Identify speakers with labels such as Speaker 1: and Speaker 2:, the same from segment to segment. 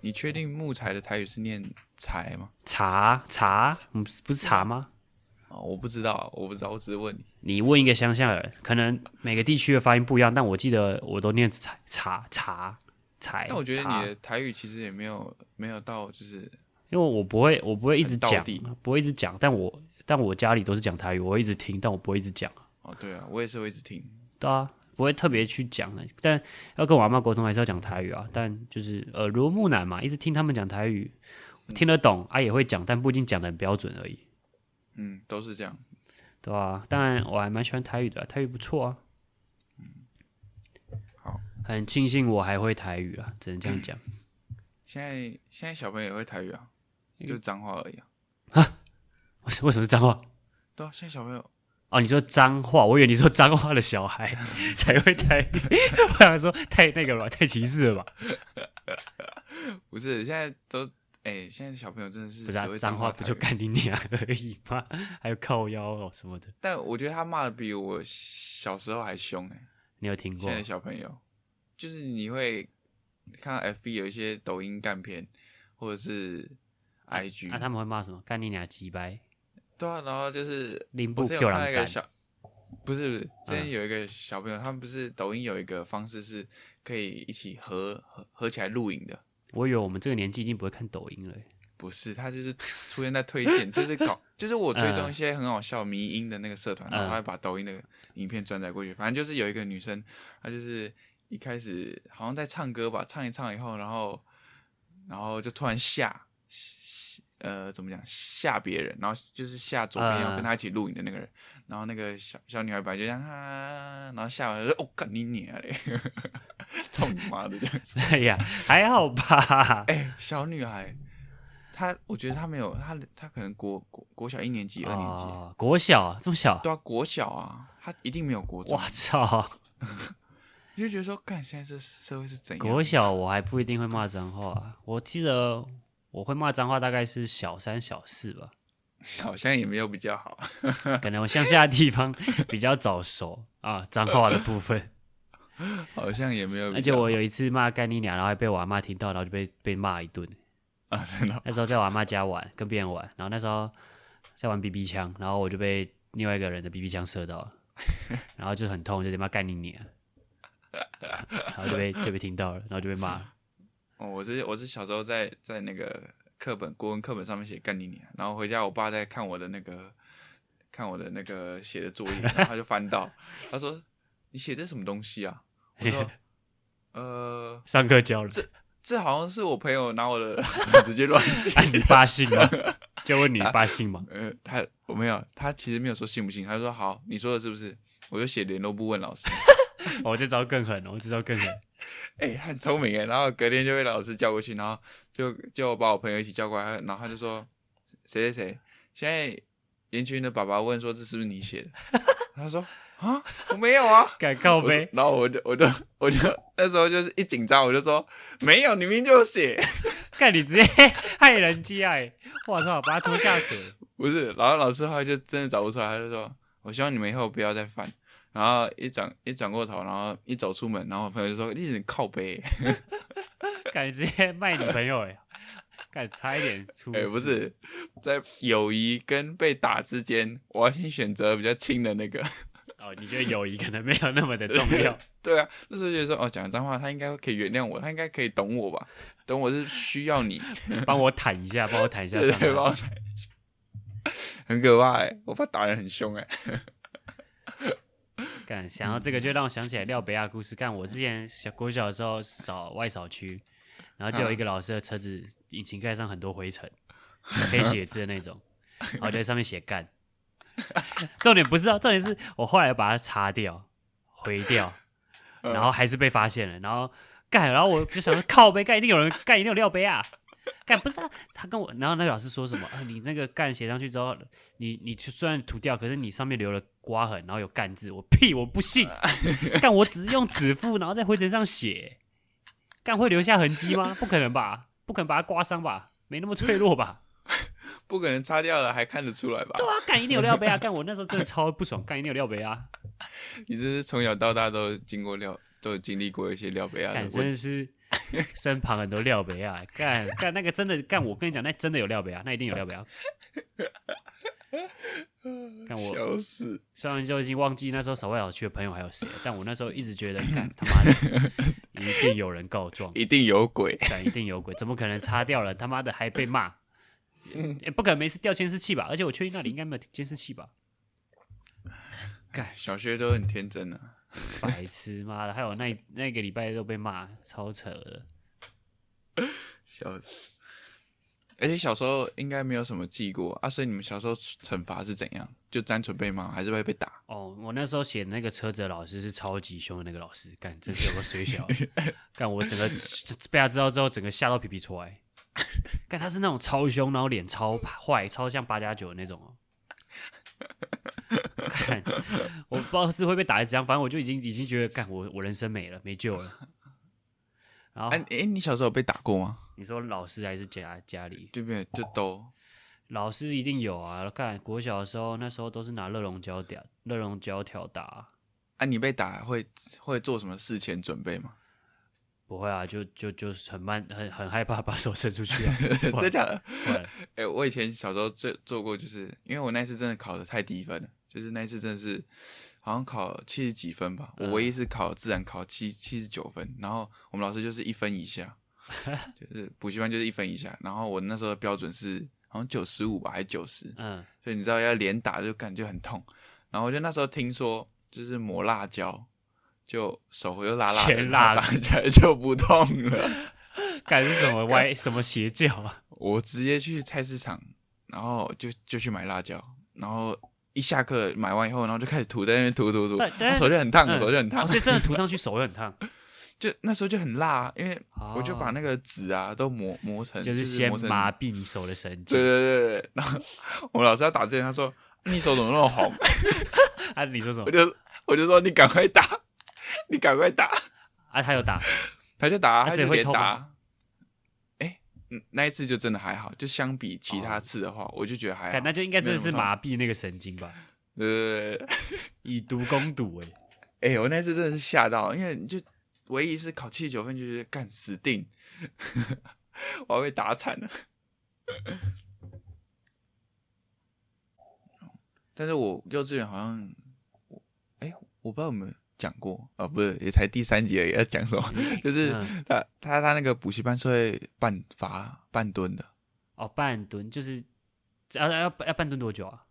Speaker 1: 你确定木材的台语是念材吗？
Speaker 2: 茶茶，嗯，不是茶吗？
Speaker 1: 啊、我不知道，我不知道，我只是问你。
Speaker 2: 你问一个乡下人，可能每个地区的发音不一样，但我记得我都念茶茶茶茶。
Speaker 1: 但我觉得
Speaker 2: 茶
Speaker 1: 你的台语其实也没有没有到就是
Speaker 2: 因为我不会，我不会一直
Speaker 1: 很道
Speaker 2: 讲
Speaker 1: 地，
Speaker 2: 不会一直讲，但我但我家里都是讲台语，我会一直听，但我不会一直讲，
Speaker 1: 哦，对啊，我也是会一直听。
Speaker 2: 对啊，不会特别去讲的。但要跟我阿妈沟通，还是要讲台语啊。但就是耳濡目染嘛，一直听他们讲台语，听得懂啊，也会讲，但不一定讲的很标准而已，
Speaker 1: 嗯，都是这样。
Speaker 2: 对
Speaker 1: 嗯
Speaker 2: 啊，当然我还蛮喜欢台语的啊、台语不错啊。
Speaker 1: 嗯好，
Speaker 2: 很庆幸我还会台语啊啦，只能这样讲。
Speaker 1: 现在现在小朋友也会台语啊，
Speaker 2: 嗯
Speaker 1: 就是脏话而已啊。
Speaker 2: 为什为什么是脏话？
Speaker 1: 对啊，现在小朋友
Speaker 2: 哦，你说脏话，我以为你说脏话的小 孩才会台语，我想说太那个了吧，太歧视了吧？
Speaker 1: 不是现在都哎、现在小朋友真的是只
Speaker 2: 不是啊
Speaker 1: 会，
Speaker 2: 脏
Speaker 1: 话
Speaker 2: 话
Speaker 1: 台
Speaker 2: 不
Speaker 1: 语
Speaker 2: 就干你娘而已吗？还有靠腰哦什么的，
Speaker 1: 但我觉得他骂的比我小时候还凶哎、
Speaker 2: 你有听过
Speaker 1: 现？
Speaker 2: 嗯
Speaker 1: 在小朋友就是你会看到 FB 有一些抖音干片或者是 IG，、
Speaker 2: 啊那、他们会骂什么？干你娘鸡掰！
Speaker 1: 对啊，然后就是
Speaker 2: 林布
Speaker 1: 我之前有
Speaker 2: Q 嗯
Speaker 1: 看到
Speaker 2: 狼
Speaker 1: 一个
Speaker 2: 干，
Speaker 1: 小，不是不是，之前有一个小朋友，他们不是抖音有一个方式是可以一起合合合起来录影的，
Speaker 2: 我以为我们这个年纪已经不会看抖音了欸。
Speaker 1: 不是，他就是出现在推荐，就是 搞，就是我追踪
Speaker 2: 嗯
Speaker 1: 一些很好笑迷音的那个社团，然后
Speaker 2: 嗯
Speaker 1: 他会把抖音的影片转载过去。反正就是有一个女生，她就是一开始好像在唱歌吧，唱一唱以后，然后然后就突然吓，吓呃，怎么讲吓别人，然后就是吓左边要
Speaker 2: 嗯
Speaker 1: 跟她一起录影的那个人，然后那个小小女孩本来就这样啊，然后吓完就说哦，干你娘嘞， 操你妈的这样子。
Speaker 2: 哎呀，还好吧？
Speaker 1: 哎、小女孩，她我觉得她没有，她她可能国国国小一年级、二年级，
Speaker 2: 哦，国小这么小，
Speaker 1: 对啊，国小啊，她一定没有国中
Speaker 2: 我。操！
Speaker 1: 你就觉得说，干现在这社会是怎样？
Speaker 2: 国小我还不一定会骂脏话啊，我记得我会骂脏话大概是小三小 四吧，
Speaker 1: 好像也没有比较好。
Speaker 2: 可能我乡下的地方比较早熟啊，脏话的部分。
Speaker 1: 好像也没 有比
Speaker 2: 而且
Speaker 1: 较好。
Speaker 2: 我有一次骂干你娘，然后还被我阿妈听到，然后就被被骂一顿。
Speaker 1: 啊，真的哦，
Speaker 2: 那时候在我阿妈家玩，跟别人玩，然后那时候在玩 BB 枪，然后我就被另外一个人的 BB 枪射 到了，然后就很痛，就他妈干你娘， 然后就被就被听到了，然后就被骂了。
Speaker 1: 哦我是我是小时候在在那个课本国文课本上面写干你娘，然后回家我爸在看我的那个看我的那个写的作业，然后他就翻到，他说你写这什么东西啊？我 说呃，
Speaker 2: 上课教了，
Speaker 1: 这好像是我朋友拿我 的直接乱写
Speaker 2: 啊，你爸姓 吗？就问你爸姓吗？
Speaker 1: 呃，他我没有，他其实没有说信不信，他说好，你说的是不是？我就写联络部问老师，
Speaker 2: 我哦这招更狠，我这招更狠。
Speaker 1: 哎、他很聪明哎，然后隔天就被老师叫过去，然后就就把我朋友一起叫过来，然后他就说谁谁谁，现在严群的爸爸问说这是不是你写的？ 他说啊，我没有啊。
Speaker 2: 敢靠
Speaker 1: 我说
Speaker 2: 背，
Speaker 1: 然后我就我就我就那时候就是一紧张，我就说没有，你明明就有写，
Speaker 2: 看你直接 害人家哎！我操，把他拖下水。
Speaker 1: 不是，然后老师后来就真的找不出来，他就说：“我希望你们以后不要再犯。”然后一转一转过头，然后一走出门，然后我朋友就说：“你很靠背。
Speaker 2: 感觉直接卖女朋友哎、欸，感差一点出
Speaker 1: 哎，
Speaker 2: 事
Speaker 1: 不，是，在友谊跟被打之间，我要先选择比较轻的那个。
Speaker 2: 哦，你觉得友谊可能没有那么的重要，
Speaker 1: 对啊，那时候觉得说，哦，讲脏话，他应该可以原谅我，他应该可以懂我吧？懂我是需要你，
Speaker 2: 帮我坦一下，帮我坦一下
Speaker 1: 对
Speaker 2: 上
Speaker 1: 对吧
Speaker 2: 来。？
Speaker 1: 很可怕哎、我怕打人很凶哎、
Speaker 2: 干，想到这个就让我想起来廖北亚故事。干，我之前小国小的时候扫外扫区，然后就有一个老师的车子引擎盖上很多灰尘，黑写字的那种，然后就在上面写干。重点不是啊，重点是我后来把它擦掉、回掉，然后还是被发现了，然后干，然后我就想说靠背干一定有人干，一定有廖杯啊。干不是啊，他跟我，然后那个老师说什么？啊、你那个干写上去之后，你你去虽然涂掉，可是你上面留了刮痕，然后有干字，我屁我不 信，干我只是用指腹，然后在灰尘上写，干会留下痕迹吗？不可能吧，不可能把它刮伤吧，没那么脆弱吧？
Speaker 1: 不可能擦掉了还看得出来吧？
Speaker 2: 对啊，干一定有料杯啊！干我那时候真的超不爽，干一定有料杯啊！
Speaker 1: 你这是从小到大都经过料，都有经历过一些料杯啊的
Speaker 2: 干
Speaker 1: 问
Speaker 2: 真的是身旁很多廖北亚，干干那个真的干，我跟你讲，那真的有廖北亚，那一定有廖啊 北亚。看我
Speaker 1: 笑死，
Speaker 2: 虽然就已经忘记那时候扫外小区的朋友还有谁，但我那时候一直觉得，干他妈的，一定有人告状，
Speaker 1: 一定有鬼。
Speaker 2: 干一定有鬼，怎么可能擦掉了？他妈的还被骂，也不可能没事掉监视器吧？而且我确定那里应该没有监视器吧？
Speaker 1: 干，小学都很天真啊。
Speaker 2: 白痴妈的！还有那那个礼拜都被骂，超扯的。
Speaker 1: 笑死！而且小时候应该没有什么记过啊，所以你们小时候惩罚是怎样？就单纯被骂，还是会被打？
Speaker 2: 哦，我那时候写那个车子的老师是超级凶的那个老师，干真是有个水小，干我整个被他知道之后，整个吓到皮皮出来。干他是那种超凶，然后脸超坏，超像八加九的那种哦。干，我不知道是会被打还是怎样，反正我就已经已经觉得，干我我人生没了，没救了。然后、
Speaker 1: 哎、哎、你小时候有被打过吗？
Speaker 2: 你说老师还是家家里，
Speaker 1: 对不对？就都
Speaker 2: 老师一定有啊！看国小的时候，那时候都是拿热熔胶条、热熔胶条打啊、
Speaker 1: 啊，你被打会会做什么事前准备吗？，
Speaker 2: 不会啊，就就就是很慢，很很害怕把手伸出去、啊
Speaker 1: 真假的？
Speaker 2: 不然
Speaker 1: 哎、我以前小时候最做过，就是因为我那次真的考的太低分了，就是那次真的是好像考七十几分吧，我唯
Speaker 2: 嗯
Speaker 1: 一是考自然考七七十九分，然后我们老师就是一分以 下，就是补习班就是一分以下，然后我那时候的标准是好像九十五吧，还是九十，
Speaker 2: 嗯，
Speaker 1: 所以你知道要连打就感觉很痛，然后我就那时候听说就是抹辣椒。就手会又辣辣的，
Speaker 2: 先
Speaker 1: 然后
Speaker 2: 辣
Speaker 1: 打起来就不痛了。
Speaker 2: 干是什么歪什么邪教啊？
Speaker 1: 我直接去菜市场，然后就就去买辣椒，然后一下课买完以后，然后就开始涂在那边涂涂涂，
Speaker 2: 但但
Speaker 1: 我手就很烫，我
Speaker 2: 嗯
Speaker 1: 手就很烫
Speaker 2: 哦，，所以真的涂上去手会很烫，
Speaker 1: 就那时候就很辣啊，因为
Speaker 2: 哦
Speaker 1: 我就把那个纸啊都磨磨成，
Speaker 2: 就是是先
Speaker 1: 磨成
Speaker 2: 麻痹你手的神
Speaker 1: 对
Speaker 2: 经。
Speaker 1: 对对对，然后我们老师要打之前，他说你手怎么那么红？
Speaker 2: 啊，你说什么
Speaker 1: 我？就我就说你赶快打，你赶快打，
Speaker 2: 啊，他有打，
Speaker 1: 他就打，
Speaker 2: 那
Speaker 1: 他
Speaker 2: 所以
Speaker 1: 就
Speaker 2: 会
Speaker 1: 连
Speaker 2: 痛
Speaker 1: 打
Speaker 2: 吗。
Speaker 1: 哎，嗯那一次就真的还好，就相比其
Speaker 2: 哦
Speaker 1: 他次的话，我就觉得还好
Speaker 2: 干。那就应该真的是
Speaker 1: 哎没有那么痛
Speaker 2: 麻痹那个神经吧？
Speaker 1: 对对对对。
Speaker 2: 以毒攻毒哎、
Speaker 1: 哎、我那次真的是吓到，因为你就唯一是考七十九分，就觉得干死定， 我要被打惨了。但是我幼稚园好像，我哎、我不知道有没有讲过啊、不是，也才第三集而已，要讲什么？就是
Speaker 2: 嗯
Speaker 1: 他他他那个补习班是会半罚半蹲的，
Speaker 2: 哦，半蹲就是要要要半蹲多久啊？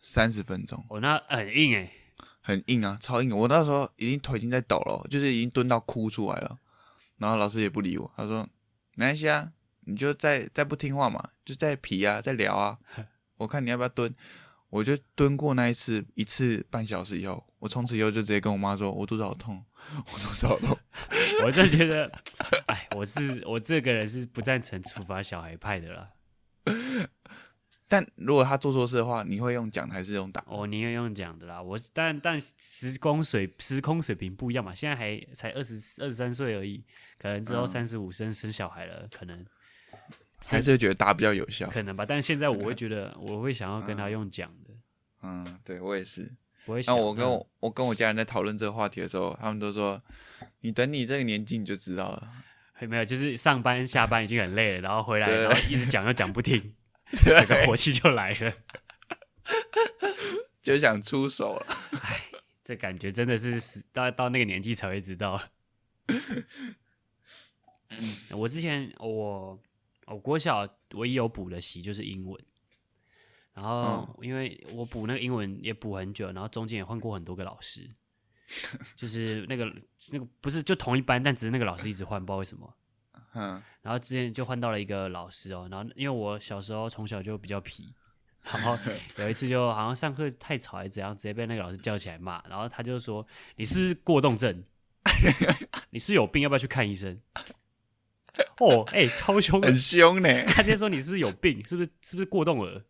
Speaker 1: 三十分钟，
Speaker 2: 哦，那很硬哎、
Speaker 1: 很硬啊，超硬！我那时候已经腿已经在抖了，就是已经蹲到哭出来了。然后老师也不理我，他说：“没关系啊，你就再再不听话嘛，就再皮啊，再聊 啊，我看你要不要蹲。”我就蹲过那一次，一次半小时以后，我从此以后就直接跟我妈说：“我肚子好痛，我肚子好 痛。
Speaker 2: 我就觉得， 哎，我是我这个人是不赞成处罚小孩派的啦。”
Speaker 1: 但如果他做错事的话，你会用讲的还是用打？
Speaker 2: 我宁愿哦用讲的啦。我是但但时空水时空水平不一样嘛，现在还才二十二十三岁而已，可能之后
Speaker 1: 嗯
Speaker 2: 三十五生生小孩了，可能
Speaker 1: 还是会觉得打比较有效？
Speaker 2: 可能吧。但现在我会觉得，我会想要跟他用讲的，
Speaker 1: 嗯，对我也是。
Speaker 2: 不会想。
Speaker 1: 那我跟
Speaker 2: 嗯
Speaker 1: 我我跟我家人在讨论这个话题的时候，他们都说：“你等你这个年纪你就知道了。”
Speaker 2: 没有，就是上班下班已经很累了，然后回来，
Speaker 1: 对
Speaker 2: 然后一直讲又讲 不听，这个火气就来了。
Speaker 1: 就想出手了。
Speaker 2: 这感觉真的是是到到那个年纪才会知道。我之前我我国小唯一有补的习就是英文，然后因为我补那个英文也补很久，然后中间也换过很多个老师，就是那个那个不是就同一班，但只是那个老师一直换，不知道为什么。
Speaker 1: 嗯，
Speaker 2: 然后之前就换到了一个老师哦，然后因为我小时候从小就比较皮，然后有一次就好像上课太吵还是怎样，直接被那个老师叫起来骂，然后他就说你是不是过动症， 你是不是有病，要不要去看医生？哦，哎、超凶的，
Speaker 1: 很 凶呢。
Speaker 2: 他直接说你是不是有病，是不是是不是过动了？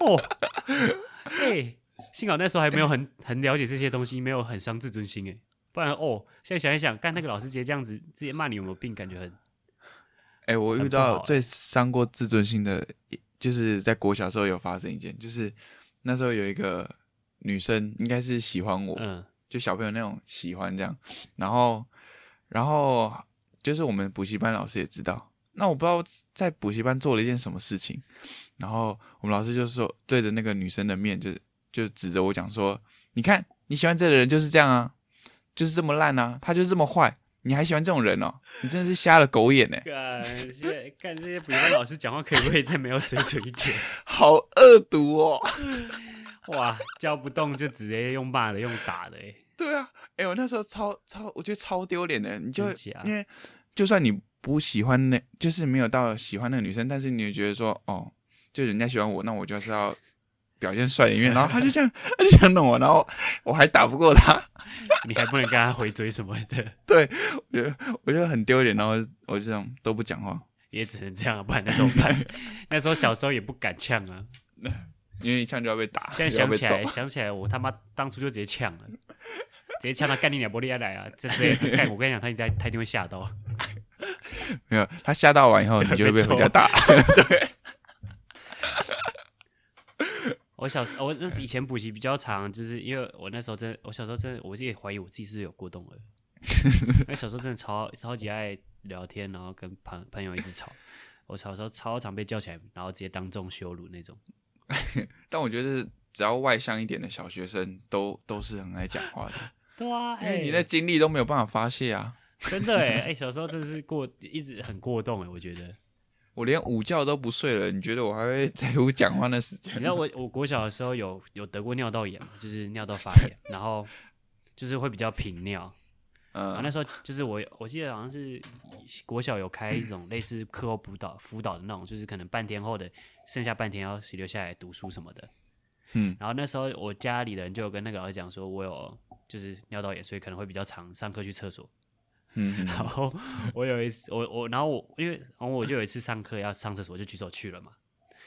Speaker 2: 哦，哎、幸好那时候还没有很很了解这些东西，没有很伤自尊心哎、不然哦，现在想一想，干那个老师直接这样子，直接骂你有没有病，感觉很
Speaker 1: 哎、我
Speaker 2: 很
Speaker 1: 遇
Speaker 2: 不好欸
Speaker 1: 到最伤过自尊心的，就是在国小时候有发生一件，就是那时候有一个女生，应该是喜欢我，
Speaker 2: 嗯
Speaker 1: 就小朋友那种喜欢这样，然后，然后就是我们补习班老师也知道。那我不知道在补习班做了一件什么事情，然后我们老师就说对着那个女生的面就就指着我讲说：“你看你喜欢这个人就是这样啊，就是这么烂啊，他就是这么坏，你还喜欢这种人哦？你真的是瞎了狗眼呢、
Speaker 2: 干这些干这些补习班老师讲话可以不可以再没有水准一点？
Speaker 1: 好恶毒哦！”
Speaker 2: 哇，教不动就直接用骂的，用打的、欸，
Speaker 1: 对啊，哎、我那时候超超，我觉得超丢脸的。你就
Speaker 2: 真假
Speaker 1: 因为就算你不喜欢那，就是没有到喜欢那个女生，但是你也觉得说，哦，就人家喜欢我，那我就是要表现帅的一面。然后他就这样，他就想弄我，然后我还打不过他，
Speaker 2: 你还不能跟他回追什么的，
Speaker 1: 我觉得我觉得很丢脸。然后我就这样都不讲话，
Speaker 2: 也只能这样，啊不然那怎么 办？那时候小时候也不敢呛啊，
Speaker 1: 因为一呛就要被打，
Speaker 2: 现在
Speaker 1: 就要
Speaker 2: 想
Speaker 1: 被
Speaker 2: 起来，
Speaker 1: 揍，
Speaker 2: 想起来我他妈当初就直接呛了，直接呛他干你俩玻璃来啊！这这干我跟你讲，他应该他一定会吓到，
Speaker 1: 没有他吓到完以后，
Speaker 2: 就会
Speaker 1: 你就会
Speaker 2: 被
Speaker 1: 被
Speaker 2: 揍
Speaker 1: 回 家打。
Speaker 2: 我小时哦我那是以前补习比较长，就是因为我那时候真的，我小时候真的，我也怀疑我自己是不是有过动儿。 因为小时候真的超超级爱聊天，然后跟朋朋友一直吵。我小时候超常被叫起来，然后直接当众羞辱那种。
Speaker 1: 但我觉得只要外向一点的小学生，都都是很爱讲话的。
Speaker 2: 对啊，
Speaker 1: 因
Speaker 2: 哎、
Speaker 1: 为你的精力都没有办法发泄啊。
Speaker 2: 真的哎、哎、小时候真的是过一直很过动哎、我觉得。
Speaker 1: 我连午觉都不睡了，你觉得我还会在乎讲话的时间
Speaker 2: 你
Speaker 1: 吗？
Speaker 2: 知道我我国小的时候有有得过尿道炎嘛，就是尿道发炎，然后就是会比较频尿。然后
Speaker 1: 嗯
Speaker 2: 啊那时候就是我有我记得好像是国小有开一种类似课后辅导辅导的那种，就是可能半天后的剩下半天要留下来读书什么的。
Speaker 1: 嗯
Speaker 2: 然后那时候我家里的人就有跟那个老师讲说，我有就是尿道炎，所以可能会比较常上课去厕所。
Speaker 1: 嗯嗯
Speaker 2: 然后我有一次，我我然后我因为然后我就有一次上课要上厕所，就举手去了嘛。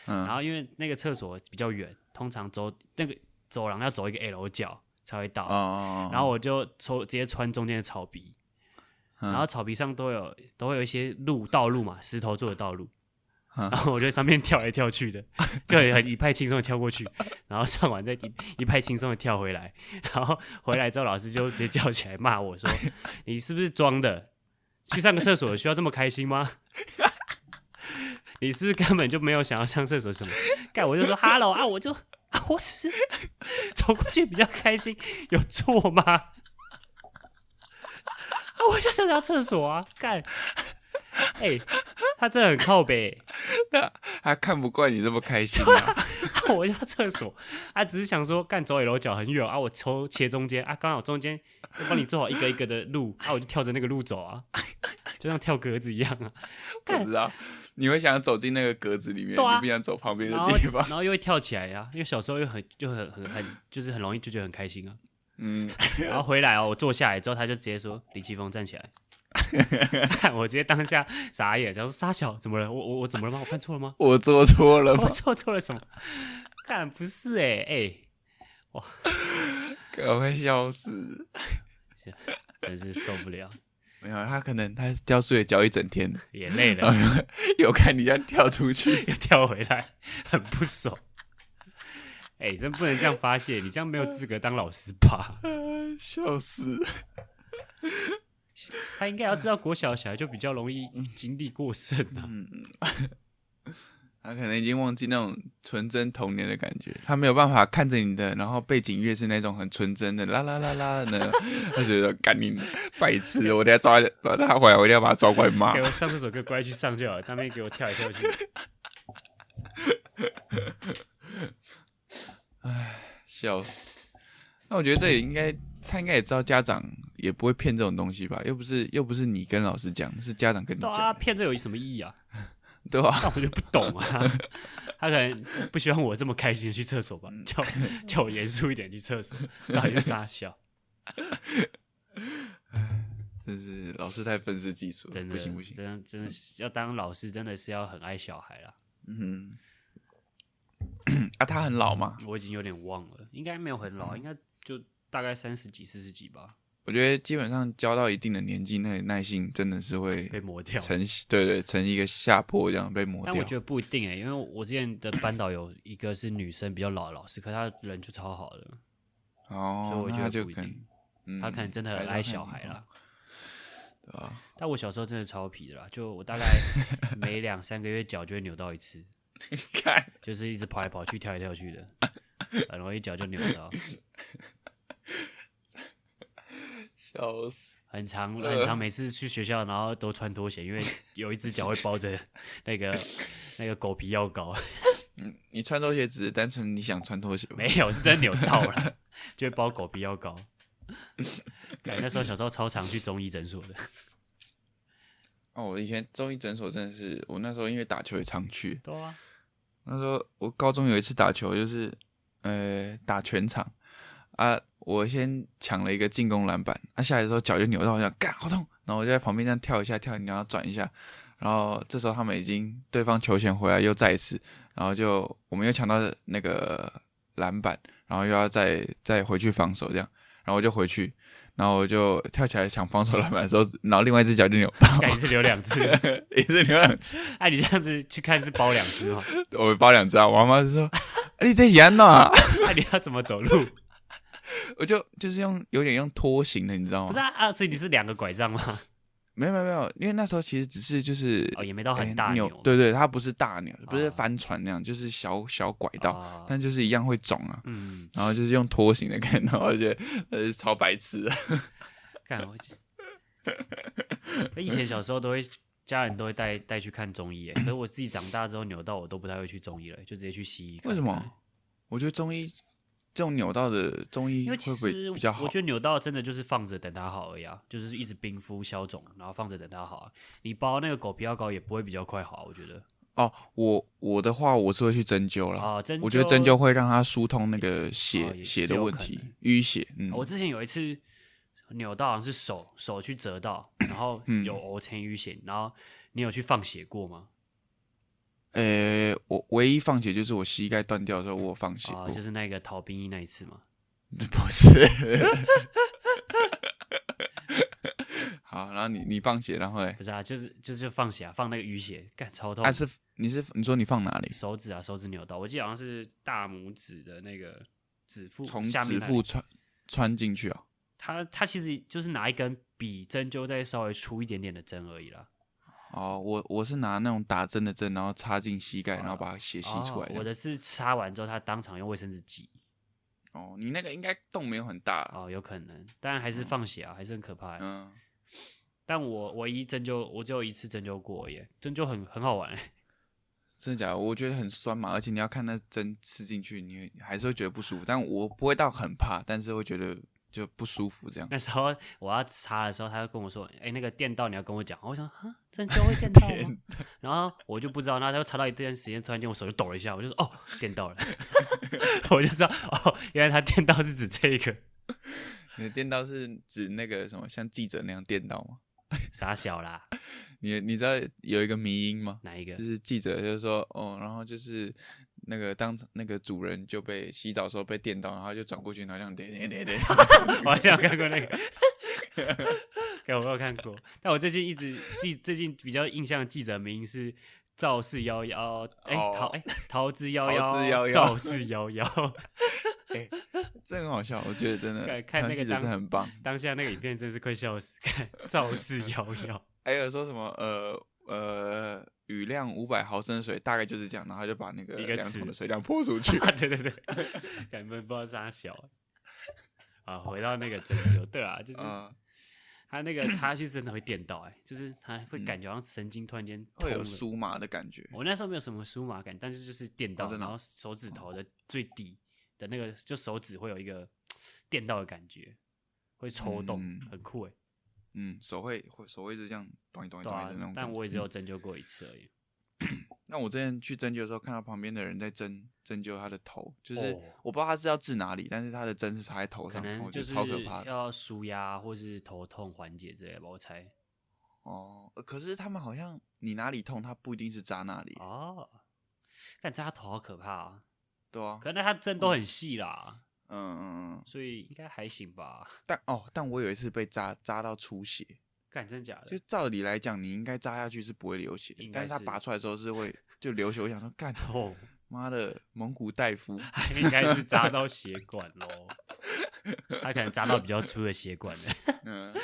Speaker 1: 嗯，
Speaker 2: 然后因为那个厕所比较远，通常走那个走廊要走一个 L 角才会到。
Speaker 1: 哦哦，
Speaker 2: 然后我就抽直接穿中间的草皮，
Speaker 1: 嗯
Speaker 2: 然后草皮上都有都会有一些路道路嘛，石头做的道路，
Speaker 1: 嗯
Speaker 2: 然后我就在上面跳来跳去的，就很一派轻松的跳过去，然后上完再一一派轻松的跳回来，然后回来之后老师就直接叫起来骂我说：“你是不是装的？去上个厕所需要这么开心吗？”你是不是根本就没有想要上厕所什么？干我就说 hello 啊，我就啊，我只是走过去比较开心，有错吗？啊，我就上到厕所啊，干，哎、他真的很靠北、
Speaker 1: 嗯他看不惯你这么开心啊，
Speaker 2: 啊，我要厕所，啊，只是想说干走 L 脚很远啊，我抽切中间啊，刚好中间就帮你做好一个一个的路啊，我就跳着那个路走啊，就像跳格子一样啊，
Speaker 1: 我知道。你会想走进那个格子里面，
Speaker 2: 对啊
Speaker 1: 你不想走旁边的
Speaker 2: 然后
Speaker 1: 地方
Speaker 2: 然。后又会跳起来啊，因为小时候又很就很很很就是很容易就觉得很开心啊，
Speaker 1: 嗯，
Speaker 2: 然后回来哦，我坐下来之后，他就直接说：“李奇峰站起来。” 我直接当下傻眼，然后说：“傻小，怎么了？我我我怎么了吗？我犯错了吗？
Speaker 1: 我做错了吗
Speaker 2: 我？做错了什么？ 干不是哎、欸、哎、
Speaker 1: 我会笑死。
Speaker 2: 真是受不了，
Speaker 1: 没有，啊他可能他教书也教一整天，
Speaker 2: 也累
Speaker 1: 然
Speaker 2: 了，
Speaker 1: 后有有看你这样跳出 去，
Speaker 2: 又跳回来，很不爽。 哎、真不能这样发泄，你这样没有资格当老师吧？
Speaker 1: 啊笑死。
Speaker 2: 他应该要知道国小的小孩就比较容易精力过剩啊。
Speaker 1: 嗯，他可能已经忘记那种纯真童年的感觉，他没有办法看着你的，然后背景乐是那种很纯真的啦啦啦啦的 呢，他觉得干你白痴，我等下抓把他回来，我一定要把他抓过来骂
Speaker 2: 给。我上这首歌，乖去上就好了，他们给我跳来跳去。
Speaker 1: 笑死！那我觉得这也应该，他应该也知道家长也不会骗这种东西吧？又不是又不是你跟老师讲，是家长跟你
Speaker 2: 对啊，
Speaker 1: 讲，
Speaker 2: 骗这有什么意义啊？
Speaker 1: 对吧？
Speaker 2: 但我就不懂啊，他可能不希望我这么开心的去厕所吧，
Speaker 1: 嗯
Speaker 2: 叫叫我严肃一点去厕所，到底是傻笑？
Speaker 1: 真是老师太愤世嫉俗了，
Speaker 2: 真的
Speaker 1: 不行不行。
Speaker 2: 真的真的是要当老师，真的是要很爱小孩啦。
Speaker 1: 嗯， 啊，他很老嘛，
Speaker 2: 我已经有点忘了，应该没有很
Speaker 1: 嗯
Speaker 2: 老，应该就大概三十几、四十几吧，
Speaker 1: 我觉得基本上教到一定的年纪，那个耐性真的是会
Speaker 2: 被磨掉。
Speaker 1: 成对对成一个下坡这样被磨
Speaker 2: 但
Speaker 1: 掉
Speaker 2: 我。觉得不一定哎、因为我之前的班导有一个是女生比较老的老师，可她人就超好的，
Speaker 1: 哦，
Speaker 2: 所以我
Speaker 1: 那
Speaker 2: 觉
Speaker 1: 他
Speaker 2: 得
Speaker 1: 就
Speaker 2: 不一
Speaker 1: 可能
Speaker 2: 定，
Speaker 1: 嗯
Speaker 2: 她可能真的很爱小孩
Speaker 1: 了。
Speaker 2: 啦。
Speaker 1: 对吧、啊？
Speaker 2: 但我小时候真的超皮的啦，就我 大概每两三个月脚就会扭到一次，
Speaker 1: 看，
Speaker 2: 就是一直跑来跑去、跳来跳去的，很容易脚就扭到，
Speaker 1: 笑死！
Speaker 2: 很长很
Speaker 1: 呃
Speaker 2: 长。每次去学校，然后都穿拖鞋，因为有一只脚会包着那个那个狗皮药膏，
Speaker 1: 嗯，你穿拖鞋只是单纯你想穿拖鞋吧，
Speaker 2: 没有是真扭到了，就会包狗皮药膏。感那时候小时候超常去中医诊所的，
Speaker 1: 哦，我以前中医诊所真的是，我那时候因为打球也常去。
Speaker 2: 对 啊，
Speaker 1: 那时候我高中有一次打球，就是呃打全场啊，我先抢了一个进攻篮板，啊下来的时候脚就扭到，我想干好痛，然后我就在旁边这样跳一下跳一下，然后转一下，然后这时候他们已经对方球权回来又再一次，然后就我们又抢到那个篮板，然后又要再再回去防守这样，然后我就回去，然后我就跳起来抢防守篮板的时候，然后另外一只脚就扭 到，
Speaker 2: 感一次留两次。
Speaker 1: 一次扭两次，
Speaker 2: 哎、你这样子去看是包两只吗？
Speaker 1: 我包两只啊，我妈妈就说，啊、你这喜安啊？
Speaker 2: 那、你要怎么走 路？
Speaker 1: 我就就是用有点用拖行的，你知道吗
Speaker 2: 不是？啊，啊所以你是两个拐杖吗？
Speaker 1: 没有没有没有，因为那时候其实只是就是
Speaker 2: 哦，也没到
Speaker 1: 哎
Speaker 2: 很大
Speaker 1: 扭
Speaker 2: 扭，，
Speaker 1: 对对，它不是大扭，不是
Speaker 2: 哦
Speaker 1: 帆船那样，就是小小拐道，
Speaker 2: 哦
Speaker 1: 但就是一样会肿啊。
Speaker 2: 嗯，
Speaker 1: 然后就是用拖行的看， 然后而且呃超白痴的，
Speaker 2: 看我其实，我以前小时候都会，家人都会带带去看中医欸耶，可是我自己长大之后扭到，我都不太会去中医了，就直接去西医看看。
Speaker 1: 为什么？我觉得中医这种扭到的中医
Speaker 2: 因为
Speaker 1: 会
Speaker 2: 其
Speaker 1: 不
Speaker 2: 实
Speaker 1: 会比较好
Speaker 2: 我？觉得扭到真的就是放着等它好而已啊，就是一直冰敷消肿，然后放着等它好、啊。你包那个狗皮药膏也不会比较快好、啊，我觉得。
Speaker 1: 哦，我我的话我是会去针灸啦，
Speaker 2: 啊，针
Speaker 1: 我觉得针灸
Speaker 2: 啊
Speaker 1: 会让它疏通那个
Speaker 2: 哦
Speaker 1: 血
Speaker 2: 也
Speaker 1: 血
Speaker 2: 是
Speaker 1: 的
Speaker 2: 有
Speaker 1: 问
Speaker 2: 可
Speaker 1: 题
Speaker 2: 能，哦
Speaker 1: 淤血。嗯，
Speaker 2: 我之前有一次扭到，好像是手手去折到，然后
Speaker 1: 嗯
Speaker 2: 有凹陷淤血，然后你有去放血过吗？
Speaker 1: 呃，我唯一放血就是我膝盖断掉的时候，我有放血
Speaker 2: 啊，
Speaker 1: 过。
Speaker 2: 就是那个逃兵役那一次嘛。
Speaker 1: 不是。 好，然后你你放血，然后嘞
Speaker 2: 不，是啊，就是就是放血啊，放那个淤血，干超痛。
Speaker 1: 啊是你是你说你放哪里？
Speaker 2: 手指啊，手指扭到，我记得好像是大拇指的那个指腹
Speaker 1: 从
Speaker 2: 下面
Speaker 1: 指
Speaker 2: 那
Speaker 1: 腹
Speaker 2: 里，
Speaker 1: 穿穿进去啊？
Speaker 2: 它它其实就是拿一根比针灸再稍微粗一点点的针而已啦。
Speaker 1: 哦，我我是拿那种打针的针，然后插进膝盖，然后把血吸出来
Speaker 2: 哦。我
Speaker 1: 的。
Speaker 2: 的是插完之后，他当场用卫生纸挤。
Speaker 1: 哦，你那个应该洞没有很大啦。
Speaker 2: 哦，有可能，但还是放血啊，还是很可怕欸、
Speaker 1: 啊嗯，
Speaker 2: 但我唯一针灸，我只有一次针灸过耶，针灸很很好玩欸、
Speaker 1: 真的假的？我觉得很酸嘛，而且你要看那针刺进去，你会还是会觉得不舒服。但我不会到很怕，但是会觉得就不舒服这样。
Speaker 2: 那时候我要插的时候，他就跟我说：“哎、那个电到你要跟我讲。”我想啊，针灸会电到吗？然后我就不知道，然后他就插到一段时间，突然间我手就抖了一下，我就说：“哦，电到了。” 我就知道哦，原来他电到是指这个
Speaker 1: 你的电到是指那个什么，像记者那样电到吗？
Speaker 2: 傻小啦，
Speaker 1: 你你知道有一个迷音吗？
Speaker 2: 哪一个
Speaker 1: 就？是记者就是说，哦，然后就是那个当那个主人就被洗澡的时候被电到，然后就转过去，然后这样点点点点，
Speaker 2: 我好像有看过那个，给我有看过。但我最近一直记，最近比较印象的记者名是赵四幺幺，哎
Speaker 1: 哦
Speaker 2: 陶哎陶之幺
Speaker 1: 陶之
Speaker 2: 幺，
Speaker 1: 夭夭
Speaker 2: 赵四幺幺。
Speaker 1: 这很好笑，我觉得真的台
Speaker 2: 看看
Speaker 1: 湾
Speaker 2: 那个
Speaker 1: 记者是
Speaker 2: 当
Speaker 1: 很棒。
Speaker 2: 当下那个影片真是快笑死，看赵氏瑶瑶，
Speaker 1: 还有说什么呃呃，雨量五百毫升的水大概就是这样，然后他就把那个
Speaker 2: 一个
Speaker 1: 两
Speaker 2: 尺
Speaker 1: 桶的水量泼出 去。
Speaker 2: 啊对对对，感觉不知道是他小。 啊，回到那个针灸，对啦，就是
Speaker 1: 嗯，
Speaker 2: 他 那个插下去真的会电到、哎，就是他会感觉好像神经突然间
Speaker 1: 嗯
Speaker 2: 通
Speaker 1: 会有
Speaker 2: 了。
Speaker 1: 酥麻的感觉。
Speaker 2: 我那时候没有什么酥麻感，但是就是电到，
Speaker 1: 真的
Speaker 2: 然
Speaker 1: 哦
Speaker 2: 后手指头的最底的那个，就手指会有一个电到的感觉，会抽动，
Speaker 1: 嗯
Speaker 2: 很酷哎、
Speaker 1: 嗯，手会会手会一直这样咚一咚一
Speaker 2: 对
Speaker 1: 咚一嗯的那
Speaker 2: 啊
Speaker 1: 种，感觉。
Speaker 2: 但我也只有
Speaker 1: 嗯
Speaker 2: 针灸过一次而已。
Speaker 1: 那我之前去针灸的时候，看到旁边的人在针针灸他的头，就是
Speaker 2: 哦
Speaker 1: 我不知道他是要治哪里，但是他的针是插在头
Speaker 2: 可
Speaker 1: 上，
Speaker 2: 能
Speaker 1: 我觉
Speaker 2: 就
Speaker 1: 得
Speaker 2: 是
Speaker 1: 超可怕的。
Speaker 2: 要舒压或是头痛缓解之类的吧，我猜。
Speaker 1: 哦，呃可是他们好像你哪里痛，他不一定是扎那里，
Speaker 2: 哦，但扎头好可怕啊！
Speaker 1: 对啊，
Speaker 2: 可能它针都很细啦，
Speaker 1: 嗯嗯嗯。
Speaker 2: 所以应该还行吧。
Speaker 1: 但哦，但我有一次被扎扎到出血，
Speaker 2: 干真假的
Speaker 1: 就？照理来讲，你应该扎下去是不会流血的，
Speaker 2: 应该
Speaker 1: 但是他
Speaker 2: 是
Speaker 1: 拔出来的时候是 会就流血。我想说，干
Speaker 2: 哦，
Speaker 1: 妈的蒙古大 夫，
Speaker 2: 应该是扎到血管喽。他可能扎到比较粗的血管了。
Speaker 1: 嗯，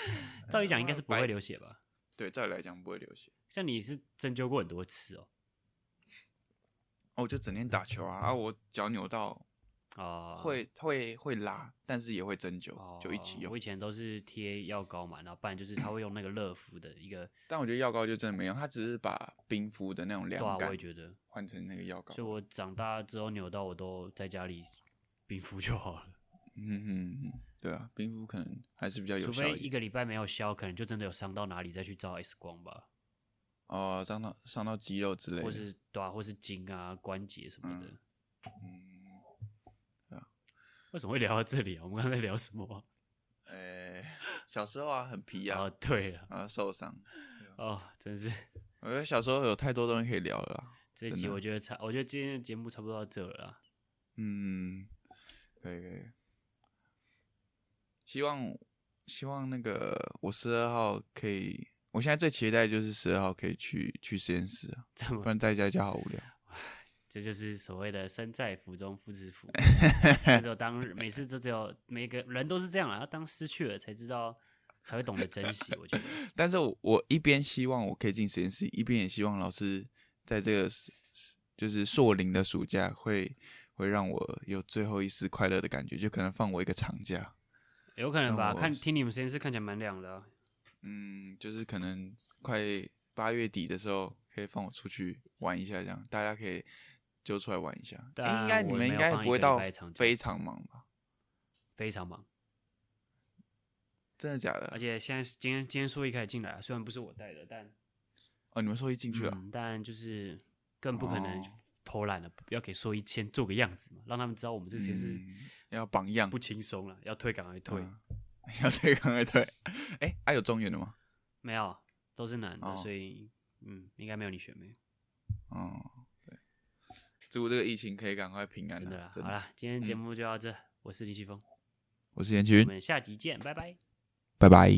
Speaker 2: 照理讲应该是不会流血吧？
Speaker 1: 对，照理来讲不会流血。
Speaker 2: 像你是针灸过很多次哦，
Speaker 1: 哦，我就整天打球啊，啊，我脚扭到
Speaker 2: 哦，
Speaker 1: 会会会拉，但是也会针灸，就一起
Speaker 2: 哦
Speaker 1: 用
Speaker 2: 我以。前都是贴药膏嘛，然后不然就是他会用那个乐福的一个，
Speaker 1: 但我觉得药膏就真的没用，它只是把冰敷的那种
Speaker 2: 对啊，
Speaker 1: 凉
Speaker 2: 我
Speaker 1: 感
Speaker 2: 也觉得。
Speaker 1: 换成那个药膏
Speaker 2: 所。以我长大之后扭到我都在家里冰敷就好了，
Speaker 1: 嗯嗯嗯，对啊，冰敷可能还是比较有
Speaker 2: 除
Speaker 1: 效
Speaker 2: 非
Speaker 1: 一
Speaker 2: 一
Speaker 1: 点。
Speaker 2: 个礼拜没有消，可能就真的有伤到哪里再去照 X 光吧，
Speaker 1: 哦，伤到伤到肌肉之类
Speaker 2: 或
Speaker 1: 的。
Speaker 2: 是对啊，或是筋啊、关节什么的。
Speaker 1: 嗯，
Speaker 2: 为什么会聊到这里啊？我们刚才在聊什么啊？
Speaker 1: 呃，小时候啊很皮
Speaker 2: 啊，
Speaker 1: 啊，
Speaker 2: 对了，
Speaker 1: 啊受伤。
Speaker 2: 哦，真是
Speaker 1: 我觉得小时候有太多东西可以聊了啦。
Speaker 2: 这一
Speaker 1: 真
Speaker 2: 集
Speaker 1: 的
Speaker 2: 我觉得差，我觉得今天的节目差不多到这了啦。
Speaker 1: 嗯，可以可以。希望希望那个我十二号可以，我现在最期待就是十二号可以去去实验室啊，
Speaker 2: 这
Speaker 1: 不
Speaker 2: 么，
Speaker 1: 然在家家好无聊。
Speaker 2: 这就是所谓的身在福中不 知福，就只有当每次都只有每个人都是这样啊，要当失去了才知道，才会懂得珍惜。我觉得
Speaker 1: 但是我我一边希望我可以进实验室，一边也希望老师在这个暑就是硕龄的暑假会会让我有最后一丝快乐的感觉，就可能放我一个长假。
Speaker 2: 有可能吧，
Speaker 1: 那我
Speaker 2: 看听你们实验室看起来蛮亮的啊、
Speaker 1: 嗯，就是可能快八月底的时候可以放我出去玩一下，这样大家可以揪出来玩一下。诶
Speaker 2: 但
Speaker 1: 应该你
Speaker 2: 啊我
Speaker 1: 们
Speaker 2: 没
Speaker 1: 应
Speaker 2: 有
Speaker 1: 该
Speaker 2: 放
Speaker 1: 不
Speaker 2: 一
Speaker 1: 会
Speaker 2: 个礼
Speaker 1: 到
Speaker 2: 拜长假
Speaker 1: 非常忙吧？
Speaker 2: 非常忙。
Speaker 1: 真的假
Speaker 2: 而
Speaker 1: 的？
Speaker 2: 且现在是今天今天硕一开始进来了，啊虽然不是我带的，但
Speaker 1: 哦，你们说一进去了，
Speaker 2: 嗯，但就是更不可能
Speaker 1: 哦
Speaker 2: 偷懒了，要给硕一先做个样子嘛，让他们知道我们这个实验室
Speaker 1: 嗯要榜样
Speaker 2: 不轻松了，要退赶快退。
Speaker 1: 嗯 要对刚才对。哎、还、有中原的吗？
Speaker 2: 没有，都是男的，
Speaker 1: 哦
Speaker 2: 所以嗯，应该没有你学妹，
Speaker 1: 哦，对，祝这个疫情可以赶快平安
Speaker 2: 真的啦
Speaker 1: 啊。。真
Speaker 2: 好
Speaker 1: 的，
Speaker 2: 啦，今天节目就到这，我是林奇峰，
Speaker 1: 我是严
Speaker 2: 我
Speaker 1: 群，
Speaker 2: 们下集见，拜拜。
Speaker 1: 拜拜。